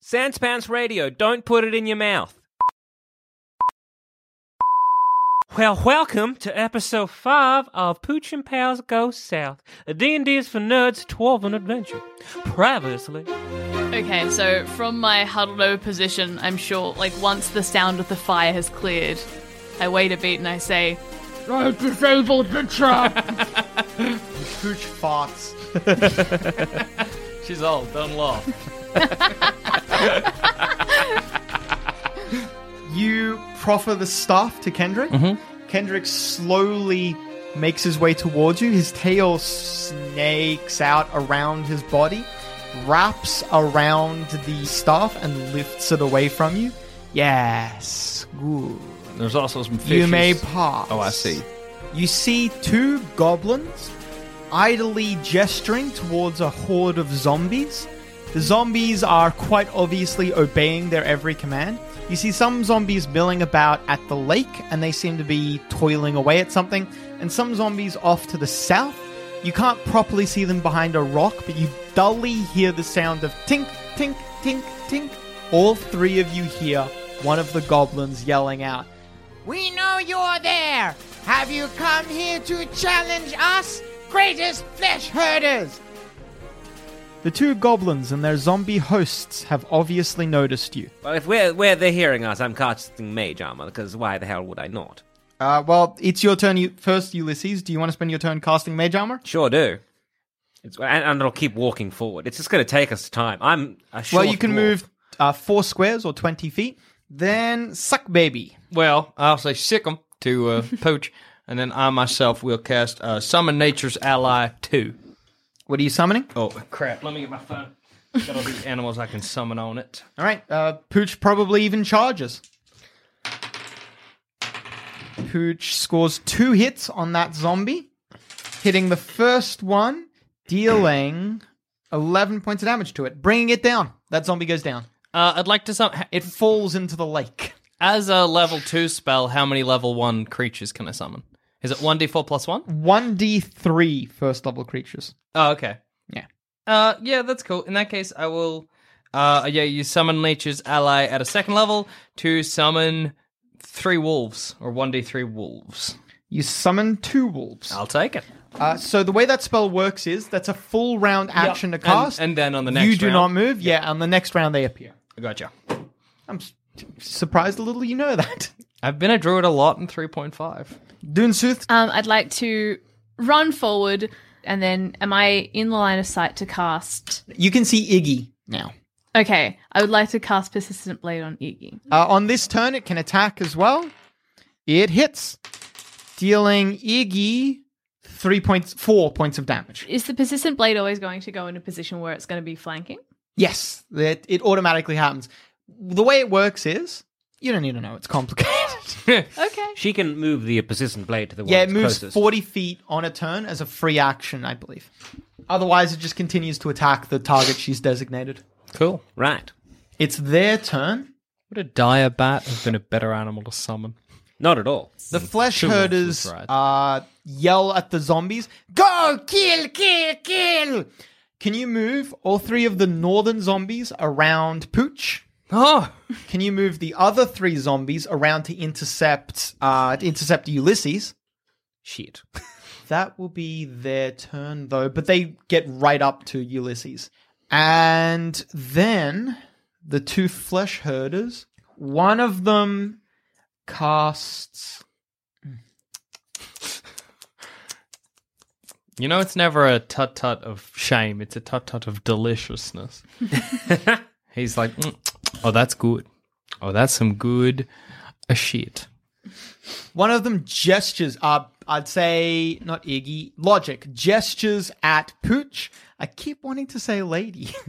Sans Pants Radio, don't put it in your mouth. Well, welcome to episode 5 of Pooch and Pals Go South, a D&D is for nerds 12 and adventure. Previously. Okay, so from my huddled over position, I'm sure, like, once the sound of the fire has cleared, I wait a beat and I say, I've disabled the trap! Pooch farts. She's old, don't laugh. You proffer the staff to Kendrick. Mm-hmm. Kendrick slowly makes his way towards you. His tail snakes out around his body, wraps around the staff, and lifts it away from you. Yes, good. There's also some fishes. You may pass. Oh, I see. You see two goblins idly gesturing towards a horde of zombies. The zombies are quite obviously obeying their every command. You see some zombies milling about at the lake and they seem to be toiling away at something, and some zombies off to the south. You can't properly see them behind a rock, but you dully hear the sound of tink, tink, tink, tink. All three of you hear one of the goblins yelling out, we know you're there. Have you come here to challenge us, greatest flesh herders? The two goblins and their zombie hosts have obviously noticed you. Well, if we're, where they're hearing us, I'm casting mage armor, because why the hell would I not? Uh, well, it's your turn you, first, Ulysses. Do you want to spend your turn casting mage armor? Sure do. It's, and, and it'll keep walking forward. It's just going to take us time. I'm a well, short you can dwarf. move uh, four squares or 20 feet. Then, suck baby. Well, I'll say sick 'em to uh, Poach, and then I myself will cast uh, Summon Nature's Ally 2. What are you summoning? Oh, crap. Let me get my phone. Got all these animals I can summon on it. All right, uh, Pooch probably even charges. Pooch scores two hits on that zombie, hitting the first one, dealing 11 points of damage to it, bringing it down. That zombie goes down. Uh, I'd like to summon. It falls into the lake. As a level 2 spell, how many level 1 creatures can I summon? Is it 1d4 plus 1? 1d3 first level creatures. Oh, okay. Yeah. Uh, yeah, that's cool. In that case, I will. Uh, yeah, you summon Nature's Ally at a second level to summon three wolves, or 1d3 wolves. You summon two wolves. I'll take it. Uh, so the way that spell works is that's a full round action And- to cast. and then on the next You do round- not move. Yeah, on the next round they appear. Gotcha. I'm s- surprised a little you know that. I've been a druid a lot in 3.5. Dunsooth, um, I'd like to run forward, and then am I in the line of sight to cast? you can see Iggy now. Okay, I would like to cast Persistent Blade on Iggy. Uh, on this turn, it can attack as well. It hits, dealing Iggy three points, four points of damage. Is the Persistent Blade always going to go in a position where it's going to be flanking? Yes, that it automatically happens. The way it works is you don't need to know; it's complicated. Okay. She can move the persistent blade to the one yeah, it that's moves closest. forty feet on a turn as a free action, I believe. Otherwise, it just continues to attack the target she's designated. Cool. Right. It's their turn. Would a dire bat have been a better animal to summon? Not at all. The flesh Hmm. Two wolves herders was right. uh, yell at the zombies, Go, kill, kill, kill! Can you move all three of the northern zombies around Pooch? Oh! Can you move the other three zombies around to intercept uh, to intercept Ulysses? Shit. That will be their turn though, but they get right up to Ulysses. And then the two flesh herders, one of them casts You know, it's never a tut tut of shame, it's a tut tut of deliciousness. He's like, "Mm, oh, that's good. Oh, that's some good uh, shit. One of them gestures up. I'd say not Iggy. Logic gestures at Pooch. I keep wanting to say lady.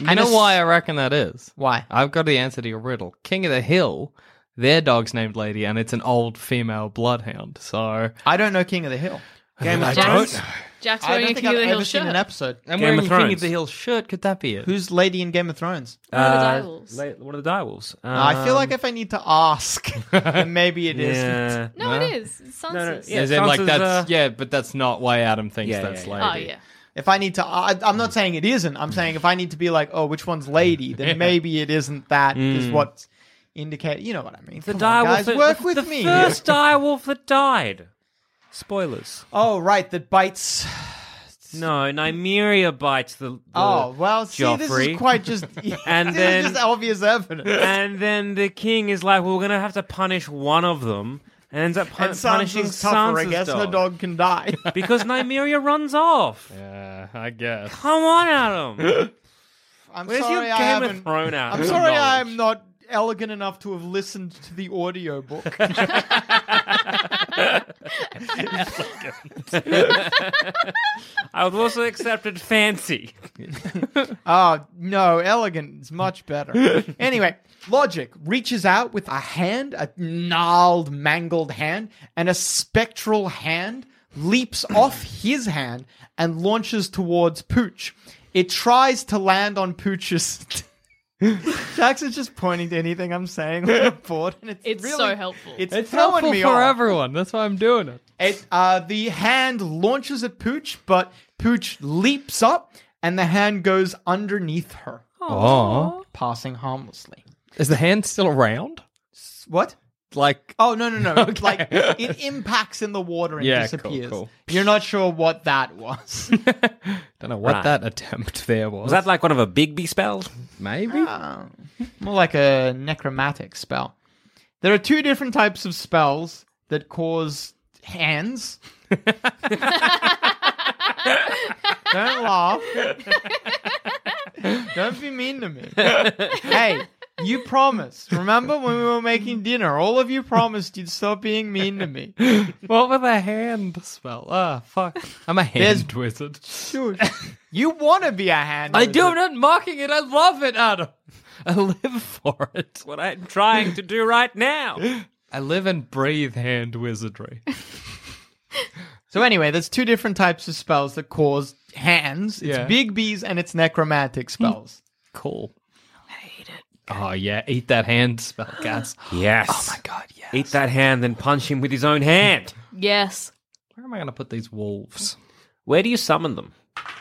You And know it's- why I reckon that is? Why? I've got the answer to your riddle. King of the Hill, their dog's named Lady, and it's an old female bloodhound. So I don't know King of the Hill. Game of Jack's, Jack's I wearing don't a think King I've of the Hill ever seen shirt. an episode. I'm Game wearing of a King Thrones. of the Hill shirt. Could that be it? Who's lady in Game of Thrones? One of Uh, the direwolves. What are the direwolves? Um, I feel like if I need to ask, then maybe it is. yeah. no, it is. It's Sansa's. yeah. As in, like Sansa's, that's uh, yeah, but that's not why Adam thinks Yeah, that's yeah, Oh lady. yeah. If I need to, I, I'm not saying it isn't. I'm saying if I need to be like, oh, which one's lady, then maybe it isn't that. Mm. Is what's indicated. You know what I mean? The Come direwolf on, guys, that- work the, with the me. first direwolf that died. Spoilers. Oh, right, that bites. No, Nymeria bites the. the Oh well, see, this Joffrey. is quite just And this then- is just obvious evidence. and then the king is like, well, we're gonna have to punish one of them, and ends up pun- And punishing Sansa's tougher, I Sansa's guess. dog. The dog can die. because Nymeria runs off. Oh, Yeah, I guess. Come on, Adam. I'm Where's sorry, your Game I haven't. of Thrones? out- I'm sorry, knowledge? I'm not elegant enough to have listened to the audio book. I would also accepted fancy. Oh, no, elegant is much better. anyway, Logic reaches out with a hand, a gnarled, mangled hand, and a spectral hand leaps off his hand and launches towards Pooch. It tries to land on Pooch's. Jackson's just pointing to anything I'm saying on the board, and it's, It's really, so helpful. It's, It's throwing helpful me for off. everyone. That's why I'm doing it. It, uh, the hand launches at Pooch, but Pooch leaps up, and the hand goes underneath her Oh, passing harmlessly. is the hand still around? What? Like, Oh no no no! Like it impacts in the water and Yeah, cool, disappears. cool. You're not sure what that was. don't know what Right. that attempt there was. Was that like one of a Bigby spells? maybe? Oh, more like a necromantic spell. There are two different types of spells that cause hands. Don't laugh. Don't be mean to me. hey, you promised. Remember when we were making dinner? All of you promised you'd stop being mean to me. What with a hand spell? Ah, fuck. I'm a hand wizard. Dude, you want to be a hand. I do. I'm wizard. not mocking it. I love it, Adam. I live for it. What I'm trying to do right now. I live and breathe hand wizardry. So anyway, there's two different types of spells that cause hands. It's Yeah. big bees and it's necromantic spells. Cool. I hate it. Oh yeah, eat that hand spell, guys. Yes. Oh my God, yeah. Eat that hand and punch him with his own hand. Yes. Where am I gonna put these wolves? Where do you summon them?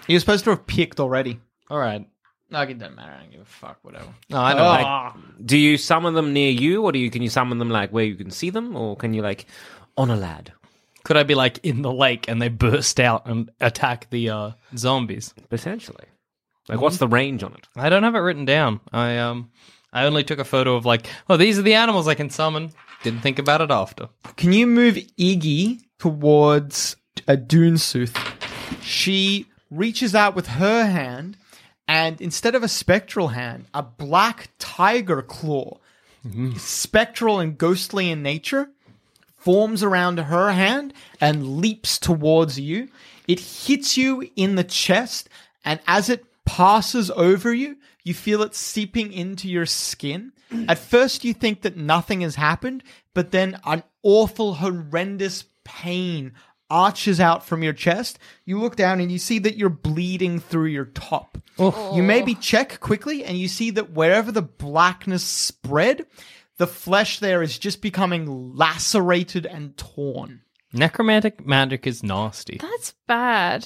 You're supposed to have picked already. All right. Like it doesn't matter. I don't give a fuck. Whatever. No, I know. I- Do you summon them near you, or do you can you summon them like where you can see them, or can you like on a lad? could I be like in the lake and they burst out and attack the uh, zombies? Potentially. Like, what's the range on it? I don't have it written down. I um, I only took a photo of like, oh, these are the animals I can summon. Didn't think about it after. Can you move Iggy towards a Dunsooth? She reaches out with her hand, and instead of a spectral hand, a black tiger claw, spectral and ghostly in nature, forms around her hand and leaps towards you. It hits you in the chest, and as it passes over you, you feel it seeping into your skin. At first, you think that nothing has happened, but then an awful, horrendous pain arches out from your chest. You look down and you see that you're bleeding through your top. You maybe check quickly and you see that wherever the blackness spread, the flesh there is just becoming lacerated and torn. Necromantic magic is nasty. That's bad.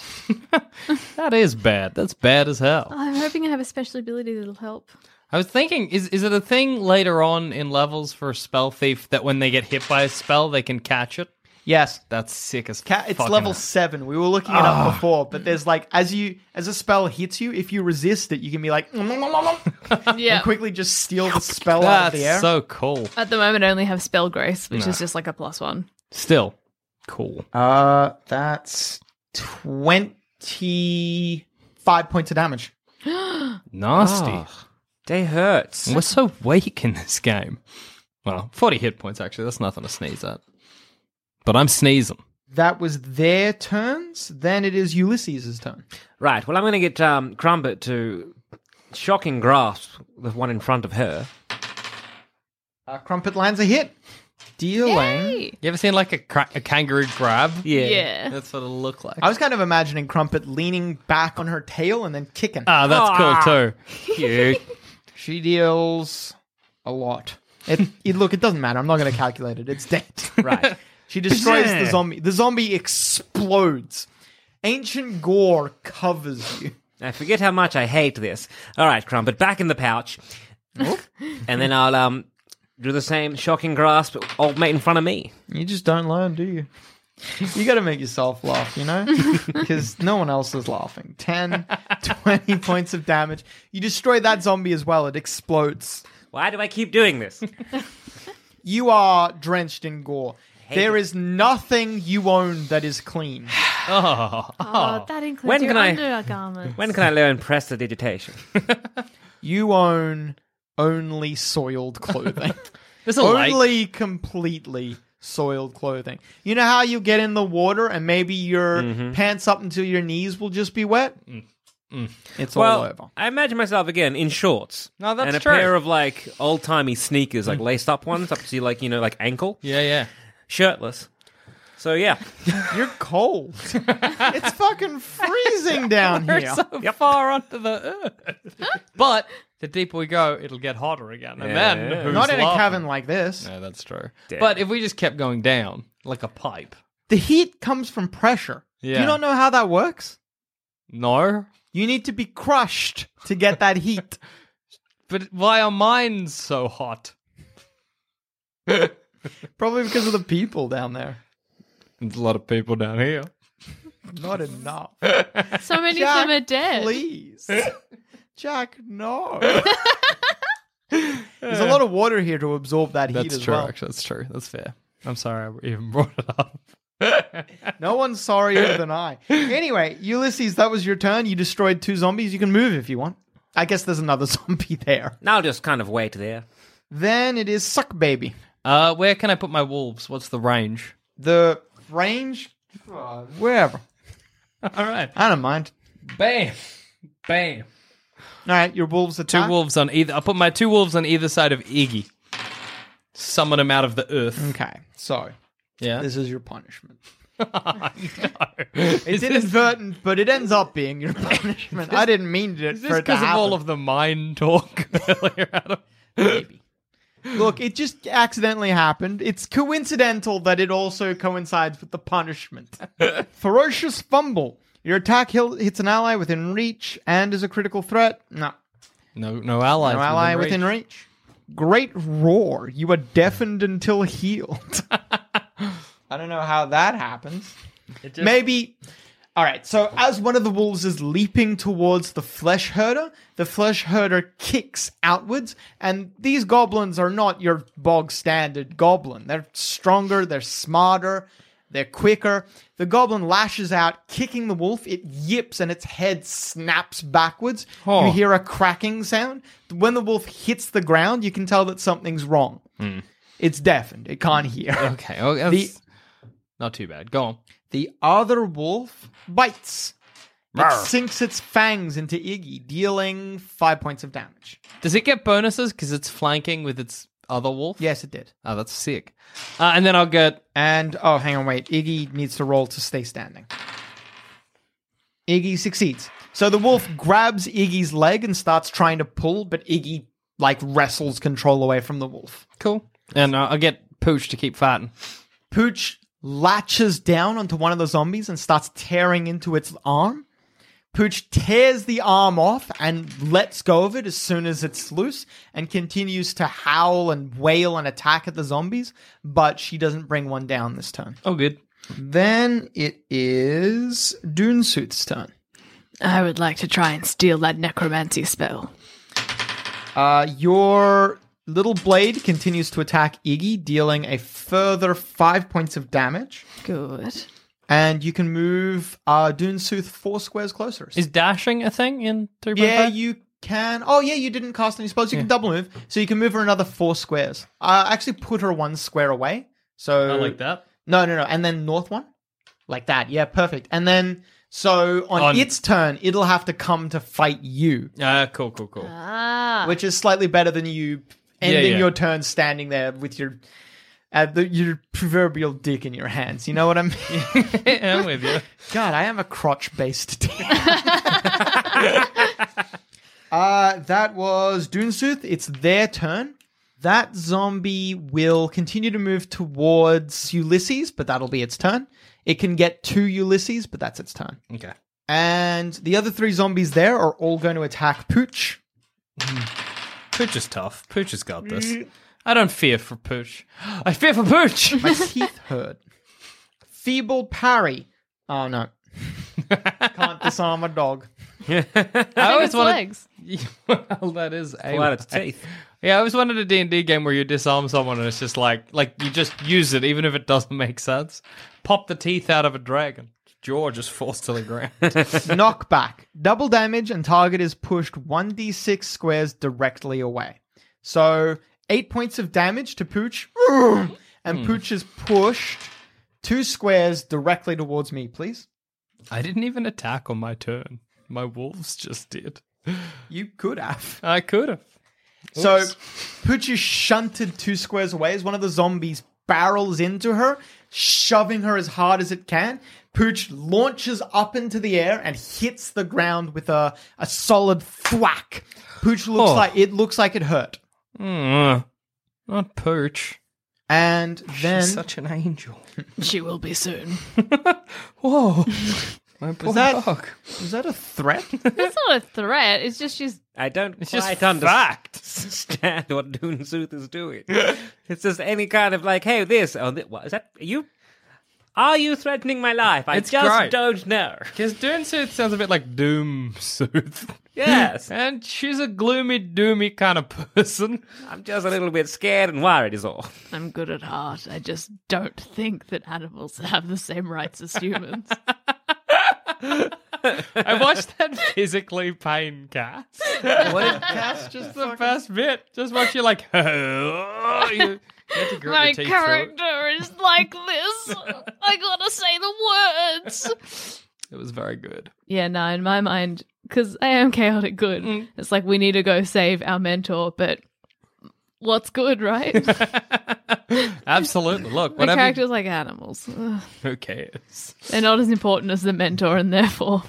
That is bad. That's bad as hell. I'm hoping I have a special ability that'll help. I was thinking, is is it a thing later on in levels for a spell thief that when they get hit by a spell they can catch it? Yes. That's sick as Ca- it's fucking level hell. seven. We were looking it up before, but there's like as you as a spell hits you, if you resist it, you can be like Yeah. and quickly just steal the spell out of the air. That's so cool. At the moment, I only have spell grace, which is just like a plus one. Still cool. uh that's twenty five points of damage. Nasty. Ah, Day hurts. We're so weak in this game. Well, forty hit points actually. That's nothing to sneeze at. But I'm sneezing. That was their turns. Then it is Ulysses' turn. Right. Well, I'm going to get um, Crumbit to shocking grasp the one in front of her. Uh, Crumpet lands a hit, dealing. Yay! You ever seen like a, cra- a kangaroo grab? Yeah. Yeah. That's what it'll look like. I was kind of imagining Crumpet leaning back on her tail and then kicking. Ah, that's cool too. Cute. She deals a lot. It, it- look, it doesn't matter. I'm not going to calculate it. It's dead. right. She destroys the Yeah. zombie. The zombie explodes. Ancient gore covers you. I forget how much I hate this. All right, Crumpet, back in the pouch. and then I'll um do the same shocking grasp old mate in front of me. You just don't learn, do you? You got to make yourself laugh, you know? Because no one else is laughing. 10, 20 points of damage. You destroy that zombie as well, it explodes. Why do I keep doing this? You are drenched in gore. There it. is nothing you own that is clean. Oh, that includes When your can I- undergarments. When can I learn prestidigitation? You own only soiled clothing. There's a lake. only completely soiled clothing. You know how you get in the water and maybe your pants up until your knees will just be wet? It's all over. well, I imagine myself again in shorts. No, that's and a true. Mm. pair of like old timey sneakers, like laced up ones up to like you know like ankle, Yeah, yeah. shirtless. So yeah, You're cold. it's fucking freezing down here. Yep. far onto the earth. but the deeper we go, it'll get hotter again. And then Yeah. who's Not in a laughing? cabin like this. No, that's true. Damn. But if we just kept going down like a pipe, The heat comes from pressure. Do Yeah. you not know how that works? no. You need to be crushed to get that heat. But why are mines so hot? Probably because of the people down there. There's a lot of people down here. Not enough. So many Jack, of them are dead. Please. Jack, no. There's a lot of water here to absorb that heat That's as true. well. Actually, that's true. That's fair. I'm sorry I even brought it up. No one's sorrier than I. Anyway, Ulysses, that was your turn. You destroyed two zombies. You can move if you want. I guess there's another zombie there. now I'll just kind of wait there. Then it is Suck Baby. Uh, where can I put my wolves? What's the range? The range, wherever. All right. I don't mind. Bam. Bam. All right, your wolves Two attack. wolves on either. I put my two wolves on either side of Iggy. Summon them out of the earth. Okay, so Yeah. this is your punishment. Is It's inadvertent, but it ends up being your punishment. I didn't mean it for it to because of all happen. of the mine talk earlier, Adam? Maybe. Look, it just accidentally happened. It's coincidental that it also coincides with the punishment. Ferocious fumble. Your attack hil- hits an ally within reach and is a critical threat. No, No, no allies. no ally reach. within reach. Great roar. You are deafened until healed. I don't know how that happens. Maybe. All right. So as one of the wolves is leaping towards the flesh herder, the flesh herder kicks outwards, and these goblins are not your bog standard goblin. They're stronger. They're smarter. They're quicker. The goblin lashes out, kicking the wolf. It yips and its head snaps backwards. Huh. You hear a cracking sound. When the wolf hits the ground, you can tell that something's wrong. It's deafened. It can't hear. Okay. Oh, that's The- not too bad. Go on. The other wolf bites. It Rawr. sinks its fangs into Iggy, dealing five points of damage. Does it get bonuses because it's flanking with its other wolf? Yes, it did. Oh, that's sick. Uh, and then I'll get. And oh, hang on, wait. Iggy needs to roll to stay standing. Iggy succeeds. So the wolf grabs Iggy's leg and starts trying to pull, but Iggy like wrestles control away from the wolf. Cool. And uh, I'll get Pooch to keep fighting. Pooch latches down onto one of the zombies and starts tearing into its arm. Pooch tears the arm off and lets go of it as soon as it's loose and continues to howl and wail and attack at the zombies, but she doesn't bring one down this turn. Oh, good. Then it is Dunsuit's turn. I would like to try and steal that necromancy spell. Uh, your little blade continues to attack Iggy, dealing a further five points of damage, Good. and you can move uh, Dunsooth four squares closer. Is dashing a thing in 3.5? Yeah, you can. Oh, yeah, you didn't cast any spells. You can double move, so you can move her another four squares. Uh, actually, put her one square away. So I like that. No, no, no, and then north one, like that. Yeah, perfect. And then so on, On- its turn, it'll have to come to fight you, Uh, cool, cool, cool. Ah. which is slightly better than you ending yeah. your turn standing there with your. Uh, the, your proverbial dick in your hands. You know what I mean? I'm with you. God, I am a crotch based team. uh, that was Dunsooth. It's their turn. That zombie will continue to move towards Ulysses, but that'll be its turn. It can get to Ulysses, but that's its turn. Okay. And the other three zombies there are all going to attack Pooch. Pooch is tough. Pooch has got this. I don't fear for Pooch. I fear for Pooch. My teeth hurt. Feeble parry. Oh no. Can't disarm a dog. I Its always wanted. legs. well, that is a Pull out its teeth. Yeah, I always wanted a D&D game where you disarm someone and it's just like like you just use it even if it doesn't make sense. Pop the teeth out of a dragon. Jaw just falls to the ground. Knockback. Double damage and target is pushed 1d6 squares directly away. So, 8 points of damage to Pooch. And Pooch is pushed 2 squares directly towards me, please. I didn't even attack on my turn. My wolves just did. You could have. I could have. So, Pooch is shunted 2 squares away as one of the zombies barrels into her, shoving her as hard as it can. Pooch launches up into the air and hits the ground with a, a solid thwack. Pooch looks Oh. like it looks like it hurt. Mm, not Pooch. And then He's such an angel. She will be soon. Whoa. my poor that- dog. is that a threat? That's not a threat. It's just she's I don't It's just quite fact. understand what Dune Sooth is doing. it's just any kind of like, hey, this, oh, thi- what, is that, are you, are you threatening my life? I It's just great. don't know. Because Dune Sooth sounds a bit like Doom Sooth. Yes, And she's a gloomy, doomy kind of person. I'm just a little bit scared and worried is all. I'm good at heart. I just don't think that animals have the same rights as humans. I watched that physically pain cast. what if Cass just the best bit. Just watch you like, you, you have to grit My your teeth through it. character is like this. I gotta say the words. It was very good. Yeah, no, in my mind, because I am chaotic good, it's like we need to go save our mentor, but what's good, right? the Absolutely. Look, whatever. character's like animals. Ugh. Who cares? They're not as important as the mentor, and therefore.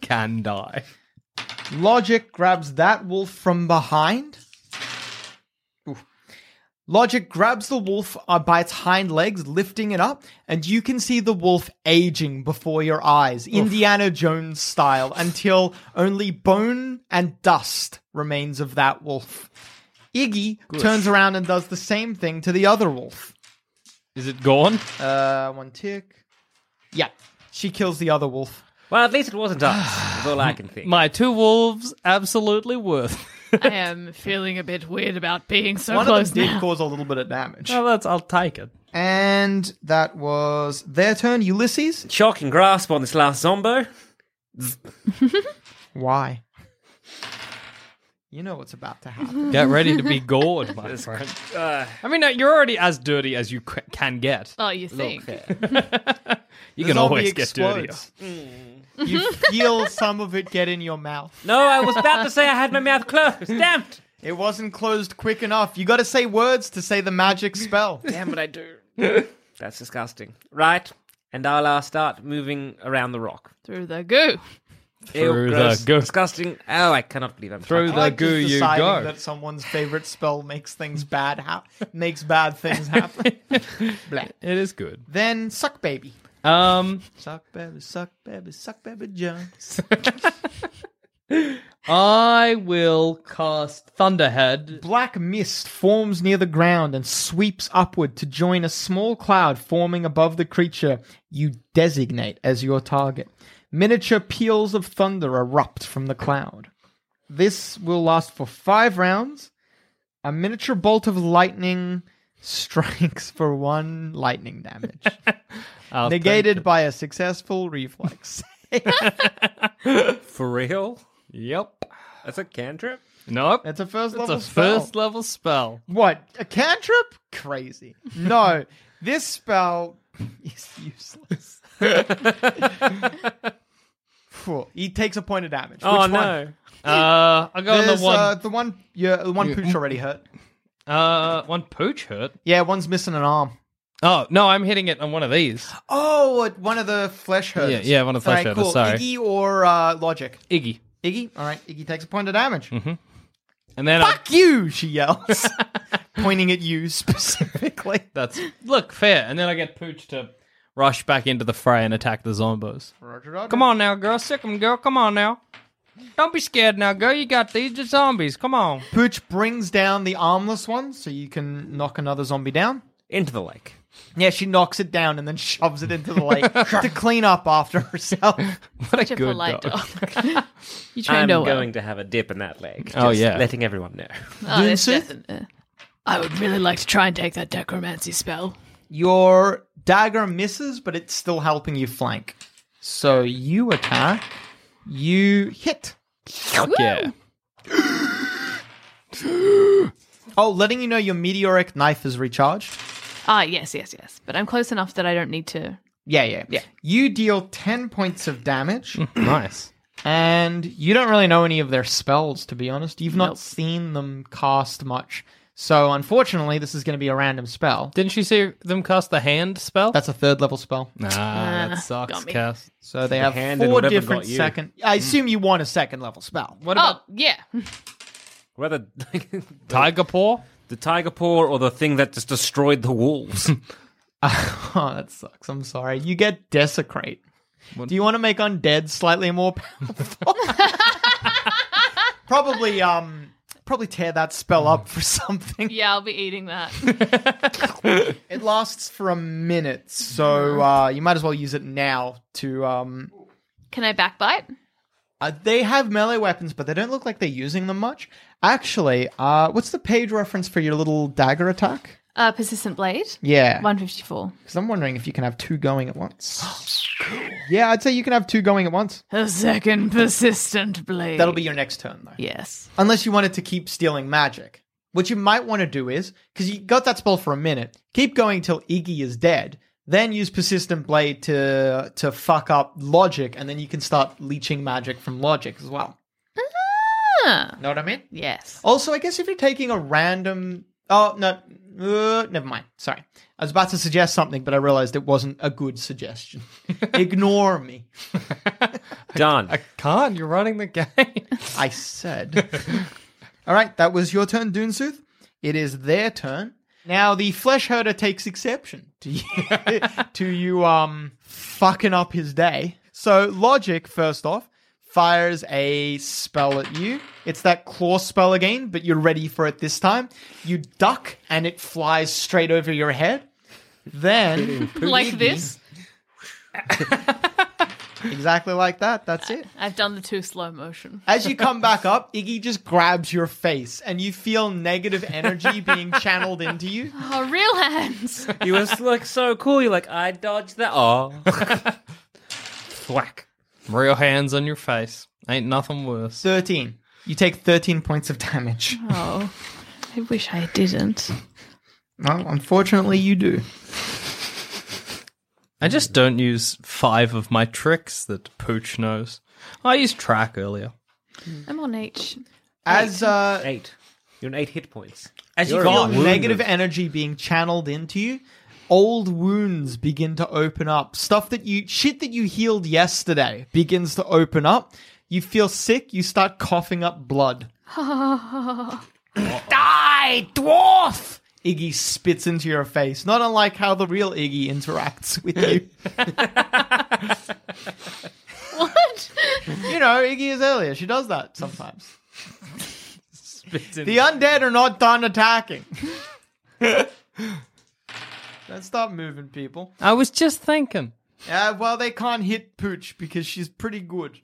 Can die. Logic grabs that wolf from behind. Oof. Logic grabs the wolf uh, by its hind legs, lifting it up, and you can see the wolf aging before your eyes, Indiana Jones style, until only bone and dust remains of that wolf. Iggy turns around and does the same thing to the other wolf. Is it gone? Uh, one tick. Yeah, she kills the other wolf. Well, at least it wasn't us, is all I can think. My two wolves, absolutely worth. I am feeling a bit weird about being so One close of them did now. Oh. cause a little bit of damage. well, that's, I'll take it. And that was their turn. Ulysses? Shocking grasp on this last zombo. Why? You know what's about to happen. Get ready to be gored, my friend. Uh, I mean, you're already as dirty as you c- can get. Oh, you think? You The can zombie always explodes. You feel some of it get in your mouth. no, I was about to say I had my mouth closed. Damn it. It wasn't closed quick enough. You got to say words to say the magic spell. Damn it, I do. That's disgusting. Right, and I'll uh, start moving around the rock. Through the goo. Ew, Through the gross, goo. disgusting. Oh, I cannot believe I'm Through touching- the goo just you deciding go. that someone's favorite spell makes things bad ha- makes bad things happen. Bleh. dirty. It is good. Then suck baby. Um, Suck baby, suck baby, suck baby John. I will cast Thunderhead. Black mist forms near the ground and sweeps upward to join a small cloud forming above the creature you designate as your target. Miniature peals of thunder erupt from the cloud. This will last for five rounds. A miniature bolt of lightning strikes for one lightning damage, I'll take negated by a successful reflex. For real? it. Yep. That's a cantrip? Nope. That's a first It's level a spell. first level spell. What? A cantrip? Crazy. No, this spell is useless. Phew, he takes a point of damage. Oh, Which no. One? Uh, I'll go on the There's, one. Uh, Uh, the one. Yeah, the one pooch already hurt. one pooch hurt. Yeah, one's missing an arm. Oh no, I'm hitting it on one of these. Oh, uh, one of the flesh hurts. Yeah, yeah, one of the flesh Alright, hurters, Cool. sorry. Iggy or uh, Logic? Iggy, Mm-hmm. Iggy. All right, Iggy takes a point of damage. and then Fuck you! She yells. pointing at you specifically. That's look fair. And then I get Pooch to rush back into the fray and attack the zombos. Come on now, girl. Sick 'em, girl. Come on now. Don't be scared now, girl. You got these. They're zombies. Come on. Pooch brings down the armless one so you can knock another zombie down. Into the lake. Yeah, she knocks it down and then shoves it into the lake to clean up after herself. What Such a a good polite dog. dog. you I'm trained her well. going to have a dip in that lake. Just Oh, yeah. letting everyone know. Oh, there's Doing definite- I would really like to try and take that necromancy spell. Your dagger misses, but it's still helping you flank. So you attack. You hit. Yeah. Oh, letting you know your meteoric knife is recharged. Ah, yes, yes, yes. But I'm close enough that I don't need to. Yeah, yeah, yeah. Mm-hmm. You deal 10 points of damage, nice. and you don't really know any of their spells, to be honest. You've not Nope. seen them cast much. So, unfortunately, this is going to be a random spell. Didn't you see them cast the hand spell? That's a third level spell. nah, Nah, that sucks, Uh, got me. Cass. So they have hand and four whatever different got you. Hmm. second. I assume you want a second level spell. What Oh, about yeah. Whether Tiger Paw? the tiger paw or the thing that just destroyed the wolves. oh, that sucks. I'm sorry. You get desecrate. Do you want to make undead slightly more powerful? probably, um, probably tear that spell up for something. Yeah, I'll be eating that. It lasts for a minute, so uh, you might as well use it now. To um, Can I backbite? uh, they have melee weapons, but they don't look like they're using them much. Actually, uh, what's the page reference for your little dagger attack? Uh, persistent blade. Yeah, 154. because I'm wondering if you can have two going at once. yeah, I'd say you can have two going at once. A second persistent blade. That'll be your next turn, though. Yes. unless you wanted to keep stealing magic. What you might want to do is, because you got that spell for a minute, keep going till Iggy is dead, then use Persistent Blade to to fuck up logic, and then you can start leeching magic from logic as well. Ah, Know what I mean? yes. Also, I guess if you're taking a random, oh no, uh, never mind. Sorry, I was about to suggest something, but I realized it wasn't a good suggestion. Ignore me. Done. Can't. You're running the game. I said. All right, that was your turn, Dunsooth. It is their turn. Now the flesh herder takes exception to you, to you um fucking up his day. So logic first off fires a spell at you. It's that claw spell again, but you're ready for it this time. You duck and it flies straight over your head. Then Oh, Like this? exactly like that. That's it. I've done the two slow motion. As you come back up, Iggy just grabs your face and you feel negative energy being channeled into you. Oh, real hands. you was like so cool. You're like, I dodged that. Oh. Thwack. Real hands on your face. Ain't nothing worse. 13. You take 13 points of damage. Oh, I wish I didn't. Well, unfortunately, you do. I just don't use five of my tricks that Pooch knows. I used track earlier. I'm on H. As uh, Eight. You're an eight hit points. As You're feel got wounded. negative energy being channeled into you, old wounds begin to open up. Stuff that you, shit that you healed yesterday begins to open up. You feel sick, you start coughing up blood. Die, dwarf! Iggy spits into your face, not unlike how the real Iggy interacts with you. What? you know, Iggy is earlier, she does that sometimes. The undead are not done attacking. Don't stop moving, people. I was just thinking. Uh, well, they can't hit Pooch because she's pretty good.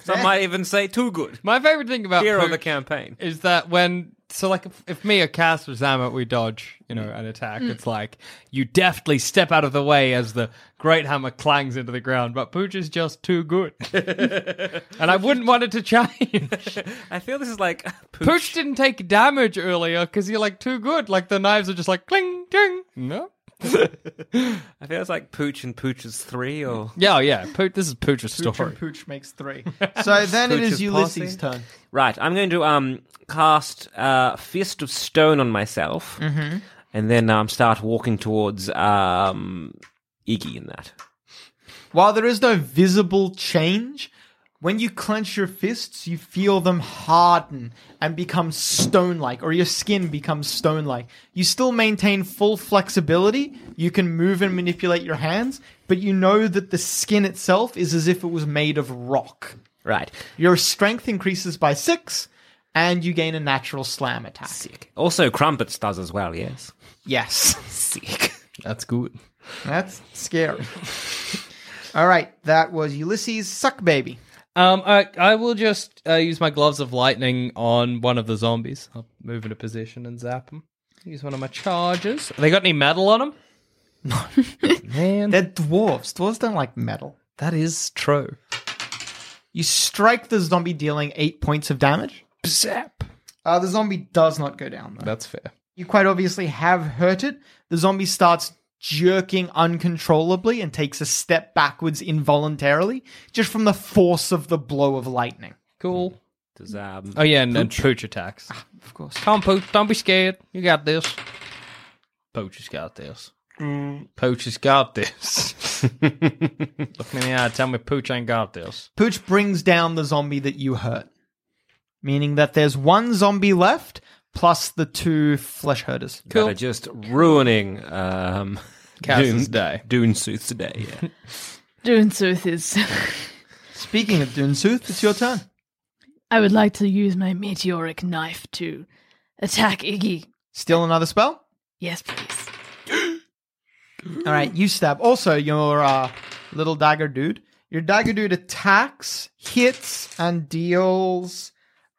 Some might even say too good. My favorite thing about Hero of the Pooch campaign. is that when so like if, if me or Cass or Zamet we dodge, you know, an attack, it's like you deftly step out of the way as the great hammer clangs into the ground, but Pooch is just too good. and I wouldn't want it to change. I feel this is like Pooch. Pooch didn't take damage earlier because you're like too good. Like the knives are just like cling ding. No. I feel it's like Pooch and Pooch's three or Yeah, oh, yeah. Pooch this is Pooch's Pooch story. and Pooch makes three. So then it Pooch is is Ulysses' passing. turn. Right, I'm going to um cast uh, Fist of Stone on myself, and then um start walking towards um Iggy in that. While there is no visible change, When you clench your fists, you feel them harden and become stone like, or your skin becomes stone like. You still maintain full flexibility. You can move and manipulate your hands, but you know that the skin itself is as if it was made of rock. Right. Your strength increases by six, and you gain a natural slam attack. Also, Crumpets does as well, yes. Yes. Sick. That's good. That's scary. All right, that was Ulysses Suck Baby. Um, I, I will just uh, use my gloves of lightning on one of the zombies. I'll move into position and zap them. Use one of my charges. Have they got any metal on them? No. Man, They're dwarves. Dwarves don't like metal. that is true. You strike the zombie, dealing eight points of damage. Zap. Uh, the zombie does not go down, though. That's fair. You quite obviously have hurt it. The zombie starts jerking uncontrollably and takes a step backwards involuntarily, just from the force of the blow of lightning. Cool. Does, um, Oh, yeah, and then pooch Ah, attacks. Of course. Come on, Pooch. Don't be scared. You got this. Pooch has got this. Pooch has got this. Look me in the eye. Tell me Pooch ain't got this. Pooch brings down the zombie that you hurt, meaning that there's one zombie left plus the two flesh herders. that are just ruining um, Cass's Dune- day. Dune Sooth's day. Yeah. Doonsooth is. Speaking of Dunsooth, it's your turn. I would like to use my meteoric knife to attack Iggy. Still another spell? Yes, please. All right, you stab. Also, your uh, little dagger dude. Your dagger dude attacks, hits, and deals.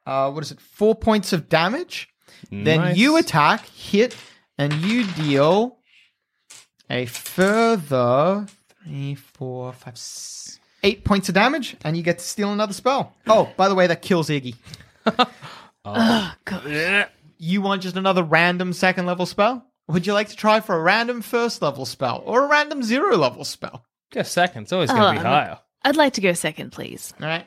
Uh, what is it? Four points of damage. Then Nice. you attack, hit, and you deal a further three, four, five, s- eight points of damage, and you get to steal another spell. Oh, by the way, that kills Iggy. Oh, God. You want just another random second level spell? Would you like to try for a random first level spell or a random zero level spell? Just second. It's always going to Oh, be I'm- higher. I'd like to go second, please. All right.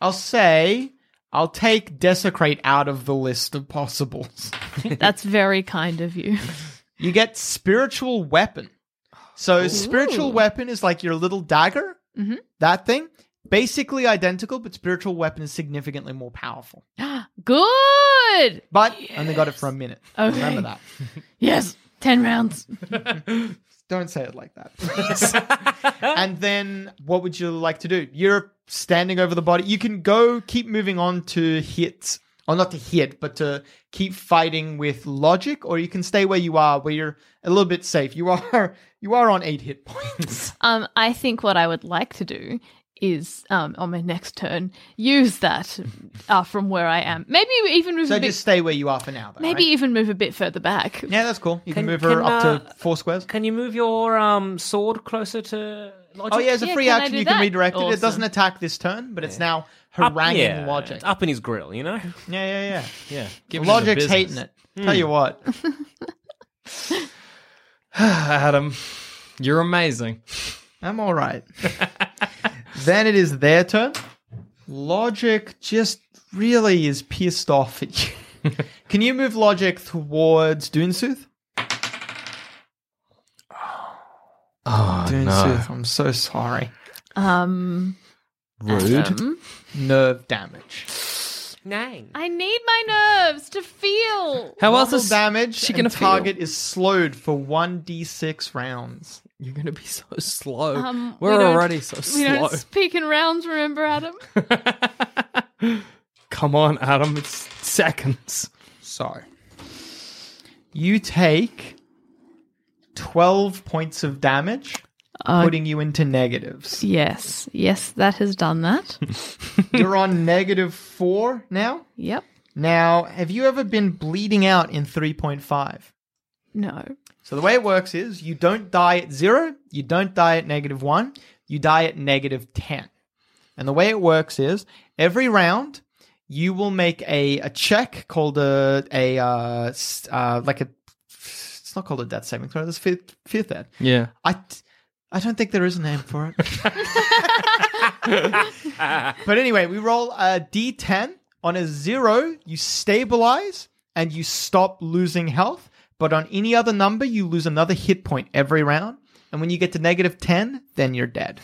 I'll say I'll take desecrate out of the list of possibles. That's very kind of you. You get spiritual weapon. So spiritual Ooh. weapon is like your little dagger, Mhm. that thing. Basically identical, but spiritual weapon is significantly more powerful. Good! But I only got it for a minute. Okay. Remember that. Yes, 10 rounds. Don't say it like that. and then what would you like to do? You're standing over the body. You can go keep moving on to hit, or not to hit, but to keep fighting with logic, or you can stay where you are, where you're a little bit safe. You are you are on eight hit points. Um, I think what I would like to do is um, on my next turn use that uh, from where I am. Maybe even move so a bit. just stay where you are for now. Though, maybe right? even move a bit further back. yeah, that's cool. You can, Can- move her can, up uh, to four squares. Can you move your um, sword closer to Logic? Oh yeah, it's a yeah, free can I action. do You can that? redirect it. It Awesome. doesn't attack this turn, but it's now Up- haranguing yeah, logic. Up in his grill, you know? Yeah, yeah, yeah. Yeah. Give him the Logic's business. hating it. Tell you what. Adam, you're amazing. I'm all right. then it is their turn. Logic just really is pissed off at you. Can you move Logic towards Dunsooth? Oh, Dunsooth, I'm so sorry. Um, Adam, Nerve damage. Nine. I need my nerves to feel. How else Muscle is damage she she gonna and target is slowed for 1d6 rounds. You're gonna be so slow. Um, we We're don't- already so We slow. don't speak in rounds, remember, Adam? Come on, Adam. It's seconds. Sorry. You take 12 points of damage, putting you into negatives. yes, yes, that has done that. You're on negative 4 now? yep. Now, have you ever been bleeding out in 3.5? No. So the way it works is you don't die at 0, you don't die at negative 1, you die at negative 10. And the way it works is every round you will make a, a check called a a uh, s- uh, like a it's not called a death saving throw. There's fear, fear that Yeah. I t- I don't think there is a name for it. but anyway, we roll a d10. On a zero, you stabilize and you stop losing health. But on any other number, you lose another hit point every round. And when you get to negative 10, then you're dead.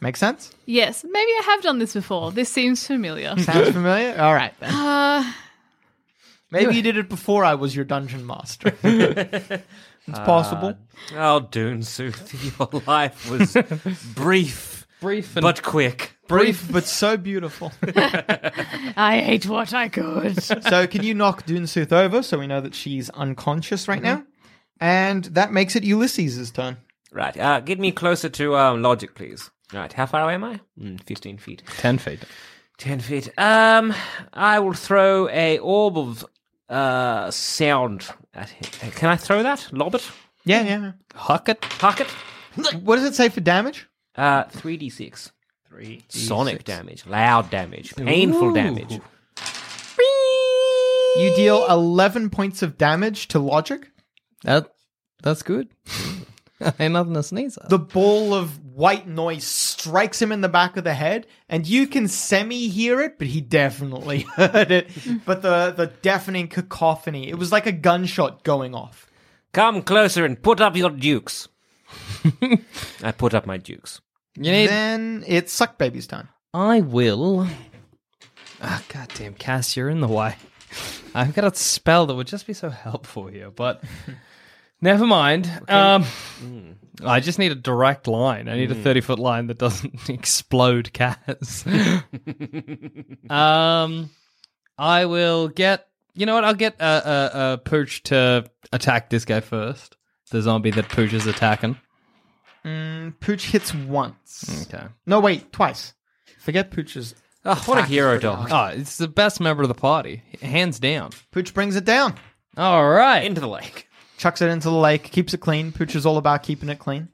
Make sense? Yes, maybe I have done this before. This seems familiar. Sounds familiar? All right. Then. Uh, Maybe you did it before I was your dungeon master. it's possible. Oh, Dune Sooth, your life was brief Brief and but quick. Brief, but so beautiful. I ate what I could. so, can you knock Dunsooth over so we know that she's unconscious right now? And that makes it Ulysses' turn. Right, uh, get me closer to um, logic, please. Right, how far away am I? Mm, 15 feet. ten feet. 10 feet. Um, I will throw a orb of uh, sound at him. Can I throw that? Lob it? Yeah, yeah. Huck it. Huck it? yeah. What does it say for damage? Uh, 3d6. Three. Sonic damage, loud damage, painful Ooh. damage. You deal 11 points of damage to Logic. That that's good. Ain't nothing to sneeze at. The ball of white noise strikes him in the back of the head, and you can semi hear it, but he definitely heard it. But the, the deafening cacophony, it was like a gunshot going off. Come closer and put up your dukes. I put up my dukes. you need. Then it's Suck Baby's time. I will. Ah, goddamn, Cass, you're in the way. I've got a spell that would just be so helpful here, but never mind. Um, I just need a direct line. I need a 30 foot line that doesn't explode Cass. um, I will get. You know what? I'll get a uh, uh, uh, Pooch to attack this guy first. The zombie that Pooch is attacking. Pooch hits once. Okay. No, wait, twice. Forget Pooch's. Oh, what a Attack hero for dog. Oh, it's the best member of the party, hands down. Pooch brings it down, All right. Into the lake. chucks it into the lake, keeps it clean. Pooch is all about keeping it clean.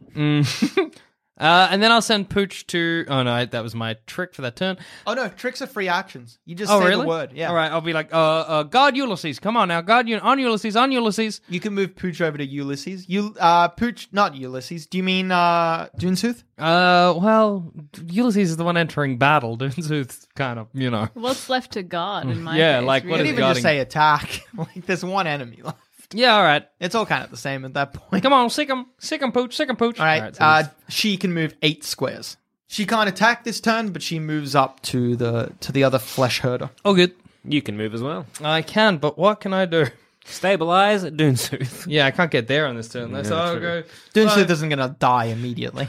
Uh, and then I'll send Pooch to. Oh no, that was my trick for that turn. Oh no, tricks are free actions. You just Oh say really? the word. Yeah. All right, I'll be like, uh, uh, guard Ulysses. Come on now, guard U- on Ulysses, on Ulysses. You can move Pooch over to Ulysses. You uh Pooch not Ulysses. Do you mean uh Dunsooth? Uh, well, Ulysses is the one entering battle. Dunzu's kind of, you know. What's left to guard in my Yeah, case, like, You what can is really? even just guarding? say attack. like there's one enemy left. Yeah, all right. It's all kind of the same at that point. Come on, sick him, sick him, Pooch, sick him, Pooch. All right. so uh, it's- she can move eight squares. She can't attack this turn, but she moves up to the to the other flesh herder. oh good. You can move as well. I can, but what can I do? Stabilize Dunsooth. Yeah, I can't get there on this turn. though, so I'll true. go. Dunsooth isn't gonna die immediately.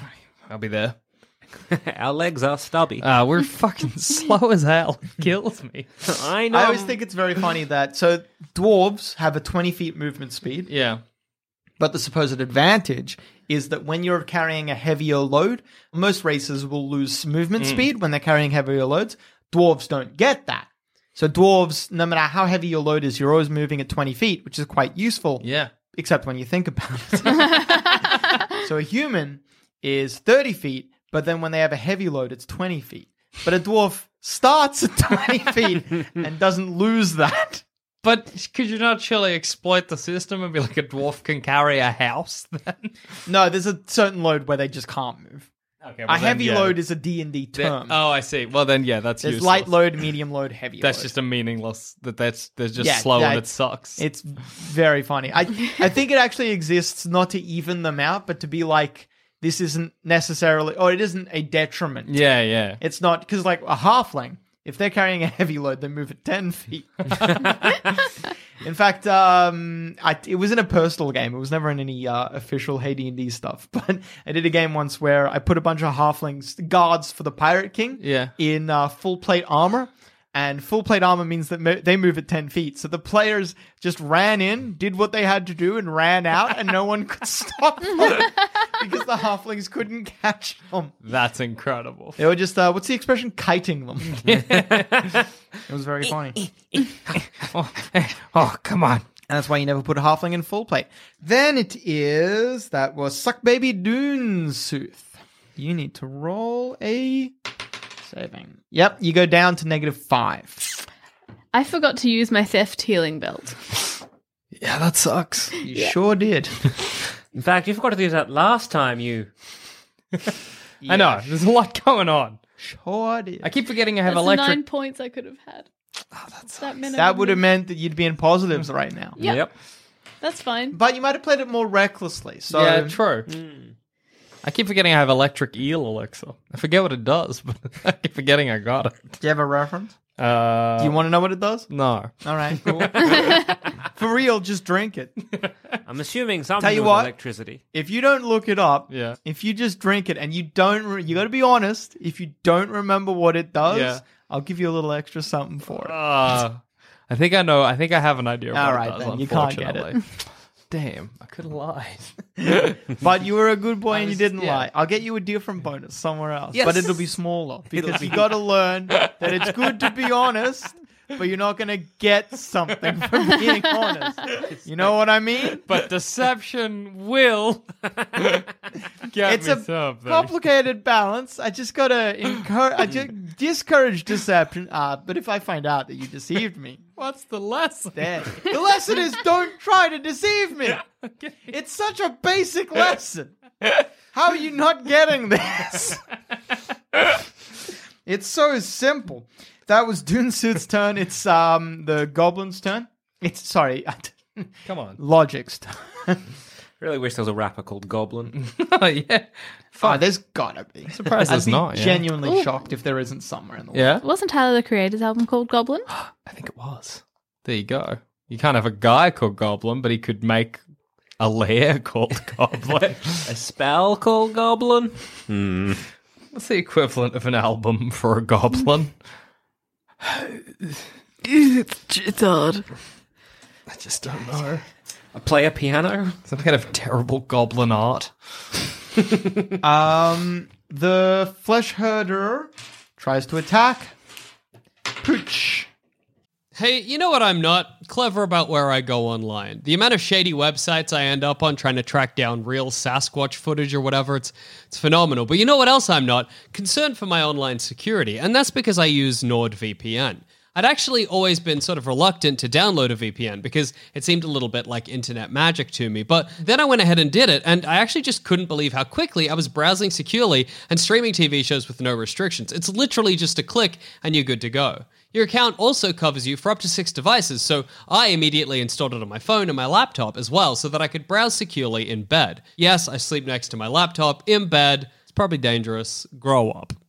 I'll be there. Our legs are stubby. Uh, we're fucking slow as hell. Kills me. I know. I always think it's very funny that so dwarves have a 20 feet movement speed, Yeah. but the supposed advantage is that when you're carrying a heavier load, most racers will lose movement speed when they're carrying heavier loads. Dwarves don't get that. So dwarves, no matter how heavy your load is, you're always moving at 20 feet, which is quite useful, Yeah. except when you think about it. so a human is 30 feet, but then when they have a heavy load, it's 20 feet. But a dwarf starts at 20 feet and doesn't lose that. But could you not surely exploit the system and be like a dwarf can carry a house then? No, there's a certain load where they just can't move. Okay, a heavy load is a D&D term. oh, I see. Well, then yeah, that's there's useless. light load, medium load, heavy That's load. just a meaningless. That that's they're just Yeah, slow and it that's- sucks. It's very funny. I I think it actually exists not to even them out, but to be like this isn't necessarily or it isn't a detriment. yeah, yeah. It's not because like a halfling, if they're carrying a heavy load, they move at ten feet. in fact, um, I, it was in a personal game. It was never in any uh, official AD&D stuff. But I did a game once where I put a bunch of halflings guards for the pirate king. Yeah. in uh, full plate armor. And full plate armor means that mo- they move at 10 feet. So the players just ran in, did what they had to do, and ran out, and no one could stop them because the halflings couldn't catch them. That's incredible. They were just uh, what's the expression? Kiting them. it was very funny, and oh, eh, oh, come on. that's why you never put a halfling in full plate. Then it is that was suck baby Dunsooth. You need to roll a saving. Yep, you go down to negative five. I forgot to use my theft healing belt. Yeah, that sucks. You sure did. In fact, you forgot to do that last time you. I know. There's a lot going on. Sure did. I keep forgetting I have That's electric. nine points I could have had. that meant I that would have wouldn't meant that you'd be in positives right now. Yep. That's fine. But you might have played it more recklessly. So yeah, true. I keep forgetting I have electric eel elixir. I forget what it does, but I keep forgetting I got it. Do you have a reference? Uh, Do you want to know what it does? no. All right, cool. For real, just drink it. I'm assuming something Tell you with what. electricity. If you don't look it up, Yeah. if you just drink it and you don't, re- you got to be honest, if you don't remember what it does, Yeah. I'll give you a little extra something for it. Uh, I think I know. I think I have an idea. All what right, it does, then. You can't get it. unfortunately. Damn, I could have lied. But you were a good boy I and you was- didn't yeah. lie. I'll get you a different bonus somewhere else, Yes. but it'll be smaller because be- you got to learn that it's good to be honest, but you're not going to get something from being honest. You know what I mean? But deception will get It's me a something. complicated balance. I just gotta encourage, I just discourage deception. Uh, but if I find out that you deceived me, What's the lesson? there. The lesson is don't try to deceive me. It's such a basic lesson. How are you not getting this? It's so simple. That was Dunsud's turn. It's um the goblin's turn. It's sorry, Come on. logic's turn. Really wish there was a rapper called Goblin. Oh yeah. Oh, there's gotta be. Surprised I'd there's be not, yeah. Genuinely shocked if there isn't somewhere in the world. Yeah. Wasn't Tyler the Creator's album called Goblin? I think it was. There you go. You can't have a guy called Goblin, but he could make a lair called Goblin. a spell called Goblin? What's the equivalent of an album for a goblin? it's odd. I just don't know. I play a piano? Some kind of terrible goblin art. Um, the flesh herder tries to attack. Pooch. Hey, you know what I'm not? Clever about where I go online. The amount of shady websites I end up on trying to track down real Sasquatch footage or whatever, it's it's phenomenal. But you know what else I'm not? Concerned for my online security, and that's because I use NordVPN. I'd actually always been sort of reluctant to download a VPN because it seemed a little bit like internet magic to me. But then I went ahead and did it, and I actually just couldn't believe how quickly I was browsing securely and streaming TV shows with no restrictions. It's literally just a click and you're good to go. Your account also covers you for up to six devices, so I immediately installed it on my phone and my laptop as well so that I could browse securely in bed. Yes, I sleep next to my laptop in bed. It's probably dangerous. Grow up.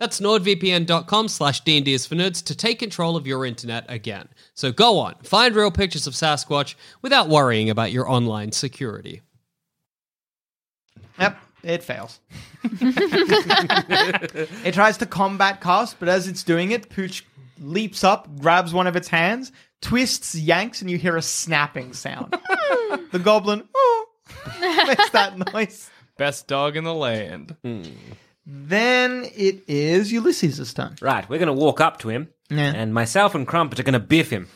That's nordvpn.com slash D&D is for nerds to take control of your internet again. So go on, find real pictures of Sasquatch without worrying about your online security. Yep, it fails. it tries to combat cast, but as it's doing it, Pooch leaps up, grabs one of its hands, twists, yanks, and you hear a snapping sound. the goblin "Oh," makes that noise. Best dog in the land. Hmm. Then it is Ulysses' turn. Right, we're going to walk up to him, Yeah. and myself and Crumpet are going to biff him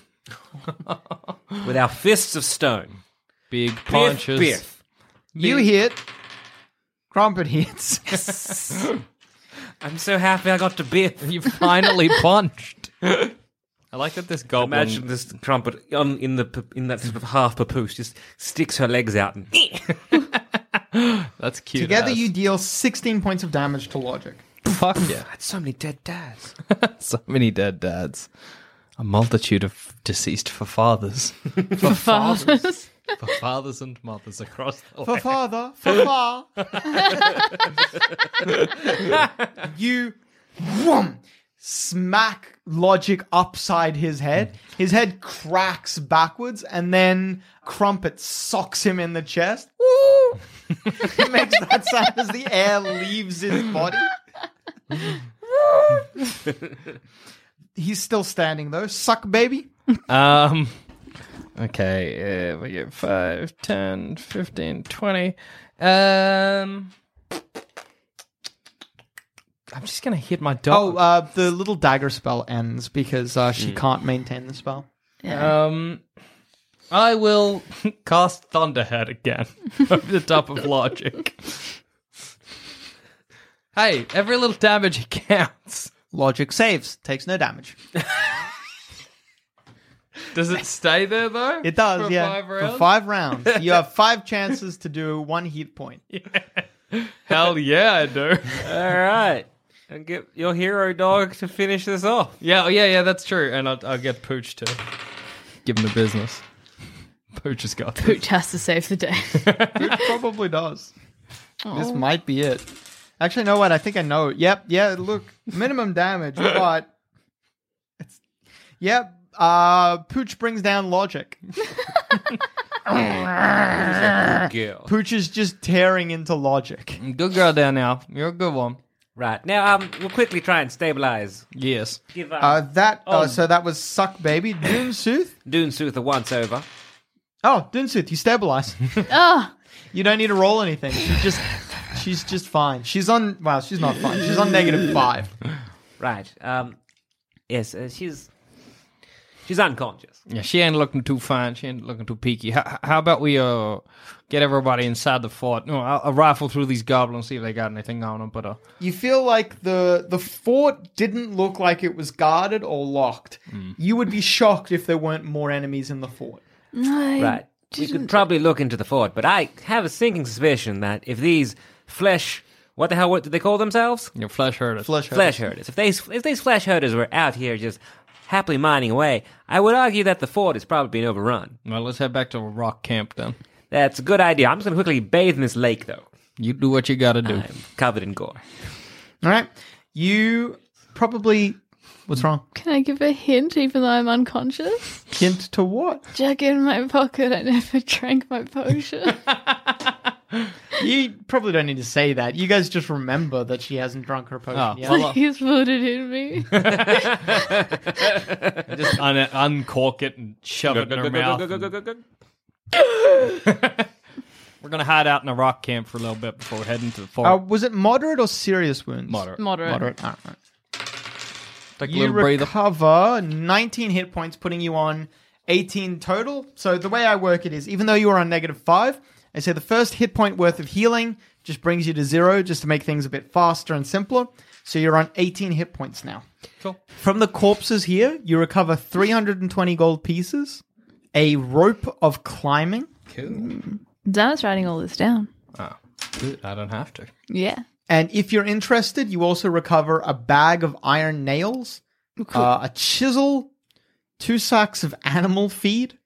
with our fists of stone. Big Biff, punches. biff. You hit. Crumpet hits. I'm so happy I got to biff. You finally punched. I like that this goblin. Imagine this Crumpet on, in the p- in that sort of half papoose just sticks her legs out and That's cute. Together, ass. you deal 16 points of damage to Logic. fuck yeah. that's so many dead dads. So many dead dads. A multitude of deceased for fathers, for fathers and mothers across the For land. father, for far. you whoom, smack Logic upside his head. His head cracks backwards, and then Crumpet socks him in the chest. Woo! it makes that sound as the air leaves his body. Woo! He's still standing though. Suck, baby. Um. Okay, uh, we get 5, 10, 15, 20. Um. I'm just going to hit my Oh, dog. uh, the little dagger spell ends because uh, she can't maintain the spell. um. I will cast Thunderhead again over the top of Logic. Hey, every little damage counts. Logic saves, takes no damage. Does it stay there though? It does, For yeah. Five For rounds? five rounds. you have five chances to do one hit point. Hell yeah, I do. All right. And get your hero dog to finish this off. yeah, oh, yeah, yeah. That's true. And I'll, I'll get Pooch to give him the business. Pooch has got this. Pooch has to save the day. It probably does. This might be it. Actually, know what? I think I know. Yep, yeah, look, minimum damage, but it's Yep. Uh Pooch brings down logic. girl. Pooch is just tearing into logic. Good girl down now. You're a good one. Right. Now, um, we'll quickly try and stabilize. Yes. Give up. Uh that uh, Oh. so that was Suck Baby. Doonsooth. Dune Suther once over. Oh, Doonsooth, you stabilize. Ah, You don't need to roll anything. She just she's just fine. She's on well, she's not fine. She's on negative five. Right. Um, yes, uh, she's she's unconscious. Yeah, she ain't looking too fine. She ain't looking too peaky. How, how about we uh get everybody inside the fort? No, I'll, I'll rifle through these goblins, see if they got anything on them. But uh, You feel like the the fort didn't look like it was guarded or locked. Hmm. You would be shocked if there weren't more enemies in the fort. I Right. You could didn't- probably look into the fort, but I have a sinking suspicion that if these flesh, what the hell, what do they call themselves? your flesh hurt us. Flesh, Flesh herders. If these if these flesh herders were out here just happily mining away, I would argue that the fort has probably been overrun. Well, let's head back to rock camp then. That's a good idea. I'm just gonna quickly bathe in this lake, though. You do what you gotta do. I'm covered in gore. All right. You probably what's wrong? Can I give a hint, even though I'm unconscious? Hint to what? Jack in my pocket. I never drank my potion. You probably don't need to say that. You guys just remember that she hasn't drunk her potion Oh, yet. well, Please put it in me. Just Uh, un- uncork it and shove it in her mouth. We're gonna hide out in a rock camp for a little bit before heading to the fort. Uh, was it moderate or serious wounds? Moderate. Moderate. Moderate. All right. Take a You little breather. recover 19 hit points, putting you on 18 total. So the way I work it is, even though you are on negative five, I say the first hit point worth of healing just brings you to zero, just to make things a bit faster and simpler. So you're on 18 hit points now. Cool. From the corpses here, you recover 320 gold pieces, a rope of climbing, Zana's writing all this down. Oh, good. I don't have to. Yeah. and if you're interested, you also recover a bag of iron nails, uh, a chisel, two sacks of animal feed.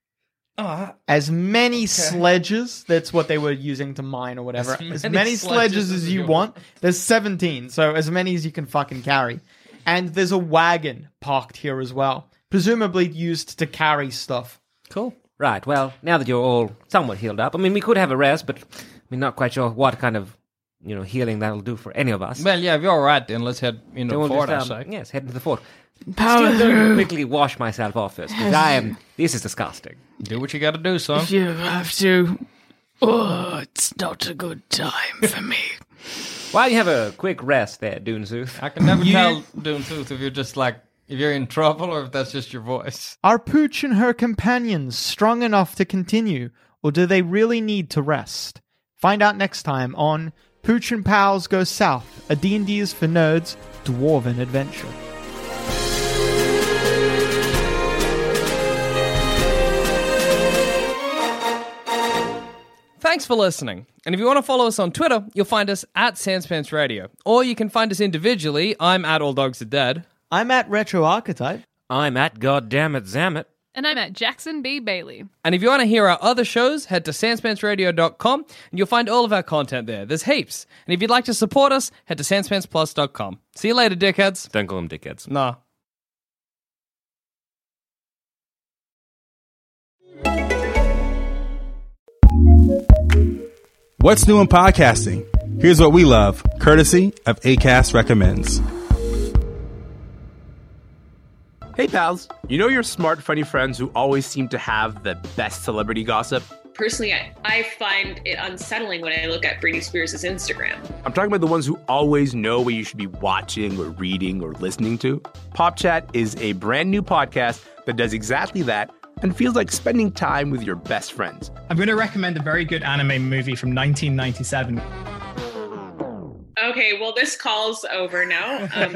Oh, as many sledges. That's what they were using to mine or whatever. As As many, many sledges, sledges as as you you want. There's 17, so as many as you can fucking carry. And there's a wagon parked here as well, presumably used to carry stuff. cool. Right. Well, now that you're all somewhat healed up, I mean, we could have a rest, but we're not quite sure what kind of, you know, healing that'll do for any of us. Well, yeah, if you're all right, then let's head into Then the we'll fort. just, I um, say. yes, head into the fort. Power Still going to quickly wash myself off first because I am. This is disgusting. Do what you gotta do, son. You have to. Oh, it's not a good time for me. Why don't you have a quick rest there, Doonsooth? I can never You- tell Doom Tooth if you're just like if you're in trouble or if that's just your voice. Are Pooch and her companions strong enough to continue, or do they really need to rest? Find out next time on Pooch and Pals Go South, a D&D is for Nerds Dwarven Adventure. Thanks for listening. And if you want to follow us on Twitter, you'll find us at Sanspants Radio. Or you can find us individually. I'm at All Dogs Are Dead. I'm at Retro Archetype. I'm at goddammit Zammit. And I'm at Jackson B. Bailey. And if you want to hear our other shows, head to sanspantsradio.com and you'll find all of our content there. There's heaps. And if you'd like to support us, head to sanspantsplus.com. See you later, dickheads. Don't call them dickheads. Nah. What's new in podcasting? Here's what we love, courtesy of ACAST Recommends. Hey, pals. You know your smart, funny friends who always seem to have the best celebrity gossip? personally, I, I find it unsettling when I look at Britney Spears' Instagram. I'm talking about the ones who always know what you should be watching or reading or listening to. Pop Chat is a brand new podcast that does exactly that and feels like spending time with your best friends. I'm going to recommend a very good anime movie from 1997. Okay, Okay, well, this call's over now. Um,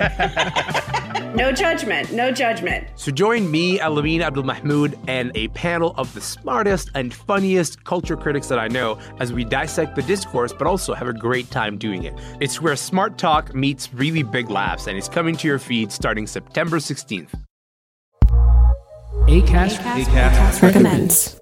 No judgment. No judgment. So join me, Alameen Abdul Mahmoud, and a panel of the smartest and funniest culture critics that I know as we dissect the discourse, but also have a great time doing it. It's where smart talk meets really big laughs, and it's coming to your feed starting September 16th. Acast recommends.